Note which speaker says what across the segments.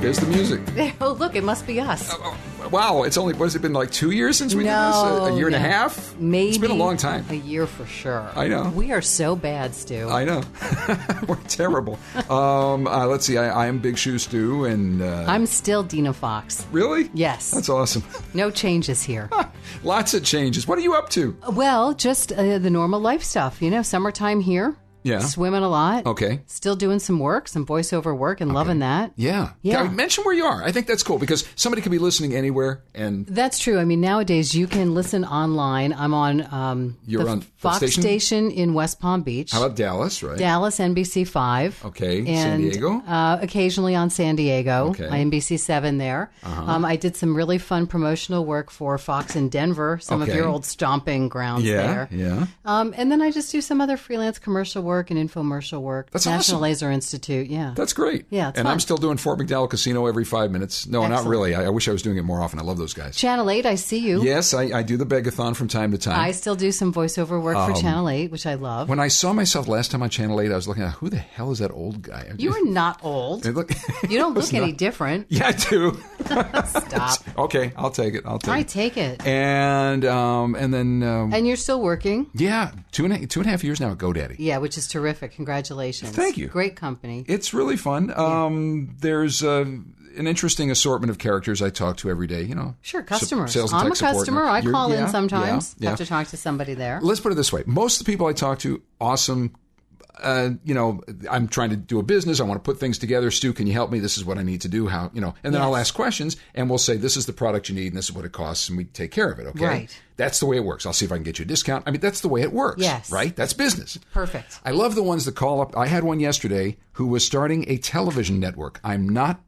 Speaker 1: There's the music. Oh,
Speaker 2: Oh, look, it must be us.
Speaker 1: Wow, it's only what has it been like two years since Uh, we did this? A, a year and
Speaker 2: no.
Speaker 1: a half?
Speaker 2: Maybe.
Speaker 1: it's been a long time.
Speaker 2: A year for sure.
Speaker 1: I know.
Speaker 2: We are so bad, Stu.
Speaker 1: I know we're terrible. Um, uh, let's see. I, I am Big Shoe Stu, and uh,
Speaker 2: I'm still Dina Fox.
Speaker 1: really
Speaker 2: Yes.
Speaker 1: That's awesome.
Speaker 2: No changes here.
Speaker 1: Lots of changes. What are you up to?
Speaker 2: well, just uh, the normal life stuff. You know, summertime here.
Speaker 1: Yeah. Oh.
Speaker 2: Swimming a lot.
Speaker 1: Okay.
Speaker 2: Still doing some work, some voiceover work, and loving that.
Speaker 1: Yeah.
Speaker 2: Yeah.
Speaker 1: Mention where you are. I think that's cool because somebody could be listening anywhere, and
Speaker 2: That's true. I mean, nowadays you can listen online. I'm on um,
Speaker 1: You're
Speaker 2: the
Speaker 1: on
Speaker 2: Fox
Speaker 1: station?
Speaker 2: in West Palm Beach,
Speaker 1: how about uh, Dallas? Right.
Speaker 2: Dallas NBC Five.
Speaker 1: Okay,
Speaker 2: and,
Speaker 1: San Diego?
Speaker 2: Uh, occasionally on San Diego,
Speaker 1: Okay. Uh-huh.
Speaker 2: my NBC Seven there. Um, I did some really fun promotional work for Fox in Denver, some of
Speaker 1: Okay.
Speaker 2: your old stomping grounds
Speaker 1: yeah.
Speaker 2: there.
Speaker 1: Yeah.
Speaker 2: Um, and then I just do some other freelance commercial work and infomercial work.
Speaker 1: That's
Speaker 2: National
Speaker 1: awesome.
Speaker 2: Laser Institute. Yeah.
Speaker 1: That's great.
Speaker 2: Yeah, it's
Speaker 1: and I'm
Speaker 2: fun.
Speaker 1: still doing Fort McDowell Casino every five minutes. No, not
Speaker 2: Excellent.
Speaker 1: really. I, I wish I was doing it more often. I love those guys.
Speaker 2: Channel Eight, I see you.
Speaker 1: Yes, I, I do the begathon from time to time.
Speaker 2: I still do some voiceover work for Channel Eight, which I love.
Speaker 1: Um, When I saw myself last time on Channel 8, I was looking at who the hell is that old guy?
Speaker 2: You are not old.
Speaker 1: It look-
Speaker 2: You don't
Speaker 1: it was
Speaker 2: look any
Speaker 1: not-
Speaker 2: different.
Speaker 1: Yeah, I do.
Speaker 2: Stop.
Speaker 1: okay, I'll take it. I'll take
Speaker 2: I
Speaker 1: it.
Speaker 2: take it.
Speaker 1: And um, and then um,
Speaker 2: And you're still working.
Speaker 1: yeah, two and a, two and a half years now at GoDaddy.
Speaker 2: Yeah, which is terrific. Congratulations.
Speaker 1: Thank you.
Speaker 2: Great company.
Speaker 1: It's really fun. Um, there's uh, an interesting assortment of characters I talk to every day. You know,
Speaker 2: Sure,
Speaker 1: Sup-
Speaker 2: customers.
Speaker 1: sales and
Speaker 2: I'm a
Speaker 1: tech support.
Speaker 2: customer. I
Speaker 1: You're-
Speaker 2: call
Speaker 1: yeah,
Speaker 2: in sometimes.
Speaker 1: yeah, yeah.
Speaker 2: Have to talk to somebody there.
Speaker 1: let's put it this way most of the people i talk to awesome uh, you know i'm trying to do a business i want to put things together stu can you help me this is what i need to do how you know and then i'll ask questions and we'll say this is the product you need and this is what it costs and we take care of it okay
Speaker 2: Right.
Speaker 1: that's the way it works i'll see if i can get you a discount i mean that's the way it works
Speaker 2: Yes.
Speaker 1: right that's business
Speaker 2: Perfect.
Speaker 1: i love the ones that call up i had one yesterday who was starting a television network i'm not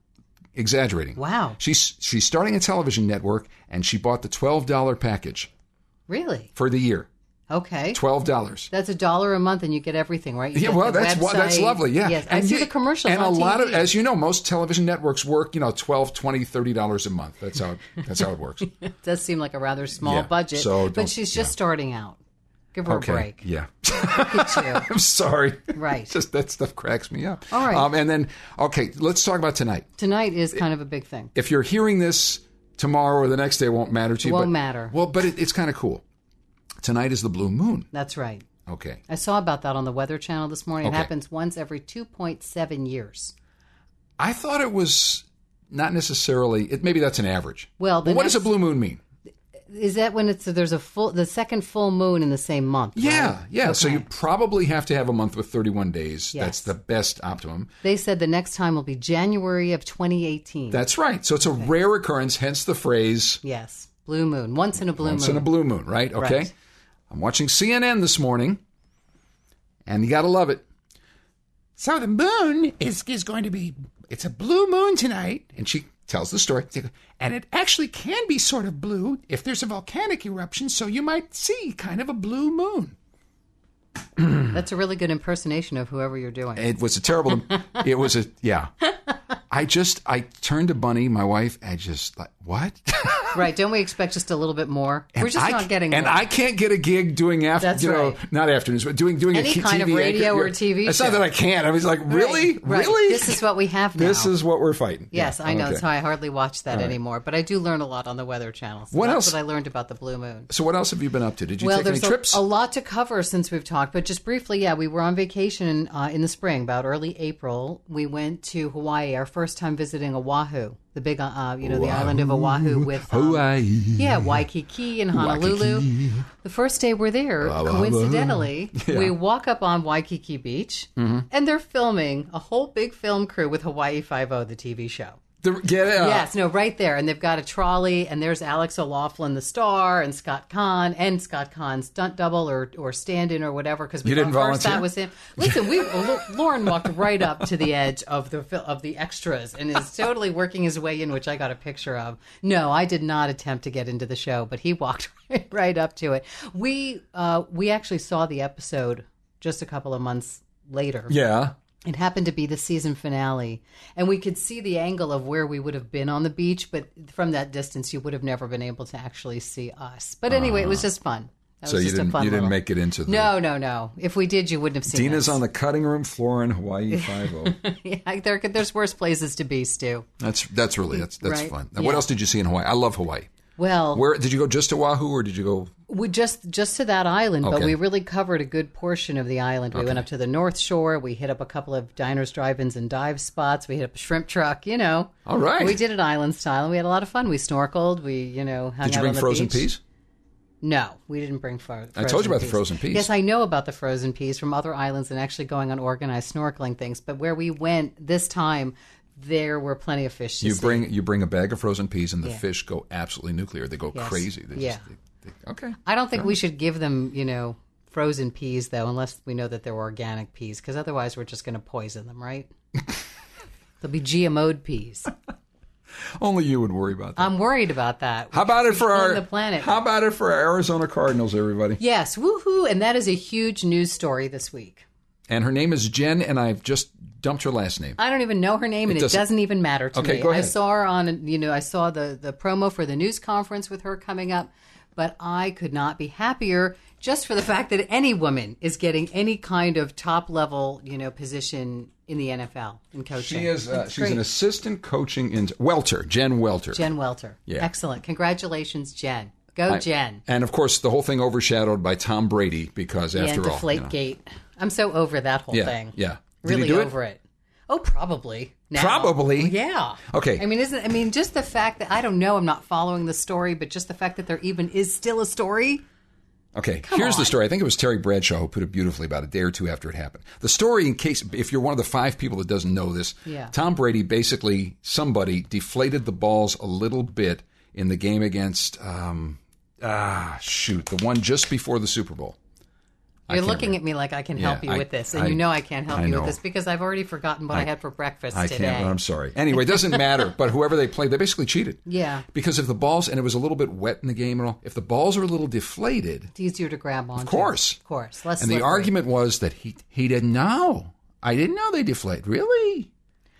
Speaker 1: exaggerating
Speaker 2: Wow.
Speaker 1: she's she's starting a television network and she bought the $12 package
Speaker 2: Really?
Speaker 1: for the year
Speaker 2: Okay.
Speaker 1: $12
Speaker 2: That's a dollar a month, and you get everything, right? You
Speaker 1: Yeah,
Speaker 2: get
Speaker 1: well,
Speaker 2: the
Speaker 1: that's wha- that's
Speaker 2: website.
Speaker 1: lovely. Yeah,
Speaker 2: Yes. I see
Speaker 1: you-
Speaker 2: the commercials
Speaker 1: and
Speaker 2: on
Speaker 1: a lot of,
Speaker 2: TV.
Speaker 1: as you know, most television networks work, you know, 12 20 30 dollars a month. That's how that's how it works.
Speaker 2: It does seem like a rather small
Speaker 1: Yeah,
Speaker 2: budget,
Speaker 1: so don't-
Speaker 2: but she's just starting out. Give her
Speaker 1: Okay,
Speaker 2: a break.
Speaker 1: yeah.
Speaker 2: Look at you.
Speaker 1: I'm sorry.
Speaker 2: Right.
Speaker 1: Just that stuff cracks me up.
Speaker 2: All right.
Speaker 1: Um, and then, okay, let's talk about tonight.
Speaker 2: Tonight is kind of a big thing.
Speaker 1: If you're hearing this tomorrow or the next day, it won't matter to you.
Speaker 2: Won't
Speaker 1: but-
Speaker 2: matter.
Speaker 1: Well, but it, it's kind of cool. Tonight is the blue moon.
Speaker 2: That's right.
Speaker 1: Okay.
Speaker 2: I saw about that on the Weather Channel this morning.
Speaker 1: Okay.
Speaker 2: It happens once every 2.7 years.
Speaker 1: I thought it was not necessarily. It maybe that's an average.
Speaker 2: Well, the
Speaker 1: what does
Speaker 2: next-
Speaker 1: a blue moon mean?
Speaker 2: Is that when it's there's a full the second full moon in the same month?
Speaker 1: Yeah,
Speaker 2: right?
Speaker 1: yeah. So
Speaker 2: Okay.
Speaker 1: you probably have to have a month with 31 days. That's
Speaker 2: Yes.
Speaker 1: the best optimum.
Speaker 2: They said the next time will be January of 2018.
Speaker 1: That's right. So it's a rare occurrence, hence the phrase
Speaker 2: yes, blue moon. Once in a blue
Speaker 1: once
Speaker 2: moon.
Speaker 1: in a blue moon, right? Okay.
Speaker 2: Right.
Speaker 1: I'm watching CNN this morning, and you got to love it. So the moon is, is going to be, it's a blue moon tonight. And she tells the story. And it actually can be sort of blue if there's a volcanic eruption, so you might see kind of a blue moon.
Speaker 2: That's a really good impersonation of whoever you're doing.
Speaker 1: It was a terrible. it was a yeah. I just I turned to Bunny, my wife, and just like what?
Speaker 2: right? Don't we expect just a little bit more? We're just
Speaker 1: I,
Speaker 2: not getting
Speaker 1: And
Speaker 2: more.
Speaker 1: I can't get a gig doing after
Speaker 2: That's
Speaker 1: you know
Speaker 2: right.
Speaker 1: not afternoons, but doing doing
Speaker 2: Any
Speaker 1: a K-
Speaker 2: kind of
Speaker 1: TV
Speaker 2: radio
Speaker 1: anchor-
Speaker 2: or TV
Speaker 1: It's
Speaker 2: show.
Speaker 1: not that I can't. I was like, really,
Speaker 2: Right, right.
Speaker 1: really.
Speaker 2: This is what we have now.
Speaker 1: This is what we're fighting.
Speaker 2: Yes,
Speaker 1: Yeah,
Speaker 2: I know.
Speaker 1: okay.
Speaker 2: So I hardly watch that anymore, but I do learn a lot on the Weather Channel. So
Speaker 1: What
Speaker 2: that's
Speaker 1: else?
Speaker 2: What I learned about the blue moon.
Speaker 1: So what else have you been up to? Did you
Speaker 2: well,
Speaker 1: take any
Speaker 2: there's a,
Speaker 1: trips?
Speaker 2: a lot to cover since we've talked, but just briefly, yeah, we were on vacation uh, in the spring, about early April. We went to Hawaii, our first time visiting Oahu, the big, uh, you know, the island of Oahu with um,
Speaker 1: Hawaii.
Speaker 2: Yeah, Waikiki and Honolulu. The first day we're there, coincidentally, we walk up on Waikiki Beach,
Speaker 1: Mm-hmm.
Speaker 2: and they're filming a whole big film crew with Hawaii Five O, the TV show.
Speaker 1: The- get out.
Speaker 2: Yes, no, right there. And they've got a trolley, and there's Alex O'Laughlin, the star, and Scott Kahn, and Scott Kahn's stunt double or, or stand in or whatever. Because
Speaker 1: You didn't
Speaker 2: first
Speaker 1: volunteer?
Speaker 2: that was him. Listen, we L- Lauren walked right up to the edge of the fil- of the extras and is totally working his way in, which I got a picture of. No, I did not attempt to get into the show, but he walked right up to it. We uh, we actually saw the episode just a couple of months later.
Speaker 1: Yeah.
Speaker 2: It happened to be the season finale, and we could see the angle of where we would have been on the beach, but from that distance, you would have never been able to actually see us. But anyway, it was just fun. That
Speaker 1: Ah. so
Speaker 2: was
Speaker 1: you
Speaker 2: just
Speaker 1: didn't
Speaker 2: a fun
Speaker 1: you didn't
Speaker 2: little-
Speaker 1: make it into the
Speaker 2: No, no, no. If we did, you wouldn't have seen
Speaker 1: Dina's
Speaker 2: us.
Speaker 1: on the cutting room floor in Hawaii Five O.
Speaker 2: yeah, there, there's worse places to be, Stu.
Speaker 1: that's that's really that's that's
Speaker 2: Right.
Speaker 1: fun. And what
Speaker 2: Yeah.
Speaker 1: else did you see in Hawaii? I love Hawaii.
Speaker 2: Well,
Speaker 1: Where did you go? Just to Oahu, or did you go?
Speaker 2: we just just to that island, but
Speaker 1: Okay.
Speaker 2: we really covered a good portion of the island. We went up to the North Shore. We hit up a couple of diners, drive-ins, and dive spots. We hit up a shrimp truck. You know,
Speaker 1: All right.
Speaker 2: we did it island style, and we had a lot of fun. We snorkeled. We, you know, hung
Speaker 1: Did you
Speaker 2: out
Speaker 1: bring
Speaker 2: on the
Speaker 1: frozen
Speaker 2: beach.
Speaker 1: peas?
Speaker 2: No, we didn't bring fro- frozen.
Speaker 1: I told you about the frozen peas.
Speaker 2: Yes, I know about the frozen peas from other islands and actually going on organized snorkeling things. But where we went this time, there were plenty of fish. To
Speaker 1: You
Speaker 2: see.
Speaker 1: bring you bring a bag of frozen peas, and the fish go absolutely nuclear. They go crazy. They
Speaker 2: Yeah.
Speaker 1: Just, they, they, okay.
Speaker 2: I don't think we should give them, you know, frozen peas though, unless we know that they're organic peas, because otherwise we're just going to poison them, right? They'll be GMO'd peas.
Speaker 1: Only you would worry about that.
Speaker 2: I'm worried about that.
Speaker 1: how about it for
Speaker 2: on
Speaker 1: our
Speaker 2: the planet?
Speaker 1: How about it for our Arizona Cardinals, everybody?
Speaker 2: yes, woohoo! And that is a huge news story this week.
Speaker 1: And her name is Jen, and I've just dumped her last name.
Speaker 2: I don't even know her name, and it,
Speaker 1: doesn't-
Speaker 2: doesn't, even matter to
Speaker 1: Okay,
Speaker 2: me.
Speaker 1: go
Speaker 2: I
Speaker 1: ahead.
Speaker 2: saw her on, you know, I saw the the promo for the news conference with her coming up, but I could not be happier just for the fact that any woman is getting any kind of top level, you know, position in the NFL in coaching.
Speaker 1: She is. Uh, she's
Speaker 2: great.
Speaker 1: an assistant coaching in Welter, Jen Welter.
Speaker 2: Jen Welter.
Speaker 1: Yeah.
Speaker 2: Excellent. Congratulations, Jen. Go, Jen.
Speaker 1: And of course, the whole thing overshadowed by Tom Brady because, after
Speaker 2: and
Speaker 1: all,
Speaker 2: Deflate
Speaker 1: you know-
Speaker 2: Gate. I'm so over that whole
Speaker 1: yeah,
Speaker 2: thing.
Speaker 1: yeah. Did
Speaker 2: Really
Speaker 1: he do
Speaker 2: over it? Oh, probably. now.
Speaker 1: Probably?
Speaker 2: Yeah.
Speaker 1: Okay.
Speaker 2: I mean, isn't I mean just the fact that I don't know, I'm not following the story, but just the fact that there even is still a story.
Speaker 1: it? Okay, here's the
Speaker 2: on.
Speaker 1: story. I think it was Terry Bradshaw who put it beautifully about a day or two after it happened. The story, in case if you're one of the five people that doesn't know this,
Speaker 2: Yeah.
Speaker 1: Tom Brady basically somebody deflated the balls a little bit in the game against um, ah shoot the one just before the Super Bowl. I
Speaker 2: You're
Speaker 1: can't
Speaker 2: looking
Speaker 1: remember.
Speaker 2: at me like I can
Speaker 1: Yeah,
Speaker 2: help you
Speaker 1: I-
Speaker 2: with this, and
Speaker 1: I-
Speaker 2: you know I can't help
Speaker 1: I
Speaker 2: you
Speaker 1: know.
Speaker 2: with this because I've already forgotten what I, had for breakfast
Speaker 1: I
Speaker 2: today.
Speaker 1: can't. I'm sorry. Anyway, it doesn't matter. But whoever they played, they basically cheated.
Speaker 2: Yeah.
Speaker 1: Because if the balls, and it was a little bit wet in the game and all, if the balls are a little deflated,
Speaker 2: It's easier to grab on. Of
Speaker 1: course.
Speaker 2: of course. Less
Speaker 1: and the
Speaker 2: slippery.
Speaker 1: argument was that he he didn't know. I didn't know they deflate. Really?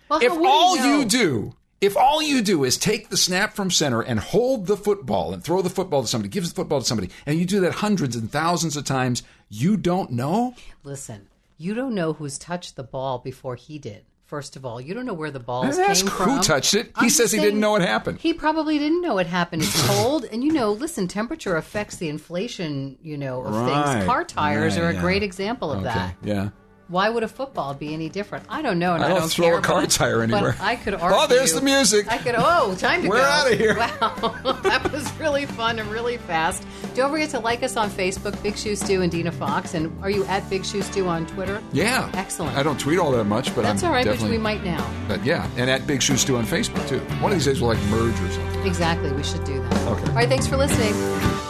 Speaker 2: Well, how
Speaker 1: If
Speaker 2: would he
Speaker 1: all you
Speaker 2: know?
Speaker 1: do, if all you do is take the snap from center and hold the football and throw the football to somebody, gives the football to somebody, and you do that hundreds and thousands of times, you don't know.
Speaker 2: Listen, you don't know who's touched the ball before he did. First of all, you don't know where the balls
Speaker 1: Don't ask
Speaker 2: came
Speaker 1: who
Speaker 2: from.
Speaker 1: touched it. He
Speaker 2: I'm just
Speaker 1: says he didn't
Speaker 2: saying
Speaker 1: know it happened.
Speaker 2: He probably didn't know it happened. It's cold, and you know, listen, temperature affects the inflation. You know, of
Speaker 1: Right,
Speaker 2: things. Car tires
Speaker 1: right,
Speaker 2: are a
Speaker 1: yeah.
Speaker 2: great example of that.
Speaker 1: Yeah.
Speaker 2: Why would a football be any different? I don't know, and
Speaker 1: I
Speaker 2: I
Speaker 1: don't
Speaker 2: don't,
Speaker 1: throw
Speaker 2: care,
Speaker 1: a car
Speaker 2: but-
Speaker 1: tire
Speaker 2: but
Speaker 1: anywhere.
Speaker 2: I could argue.
Speaker 1: Oh, there's the music.
Speaker 2: I could. Oh, time to
Speaker 1: We're
Speaker 2: go.
Speaker 1: outta here.
Speaker 2: Wow, that was really fun and really fast. Don't forget to like us on Facebook, Big Shoe Stew and Dina Fox. And are you at Big Shoe Stew on Twitter?
Speaker 1: Yeah.
Speaker 2: Excellent.
Speaker 1: I don't tweet all that much, but
Speaker 2: That's
Speaker 1: I'm
Speaker 2: all right,
Speaker 1: definitely.
Speaker 2: which we might now.
Speaker 1: But yeah, and at Big Shoes Stew on Facebook too. One of these days we'll like merge or something.
Speaker 2: Exactly, we should do that.
Speaker 1: Okay.
Speaker 2: All right, thanks for listening.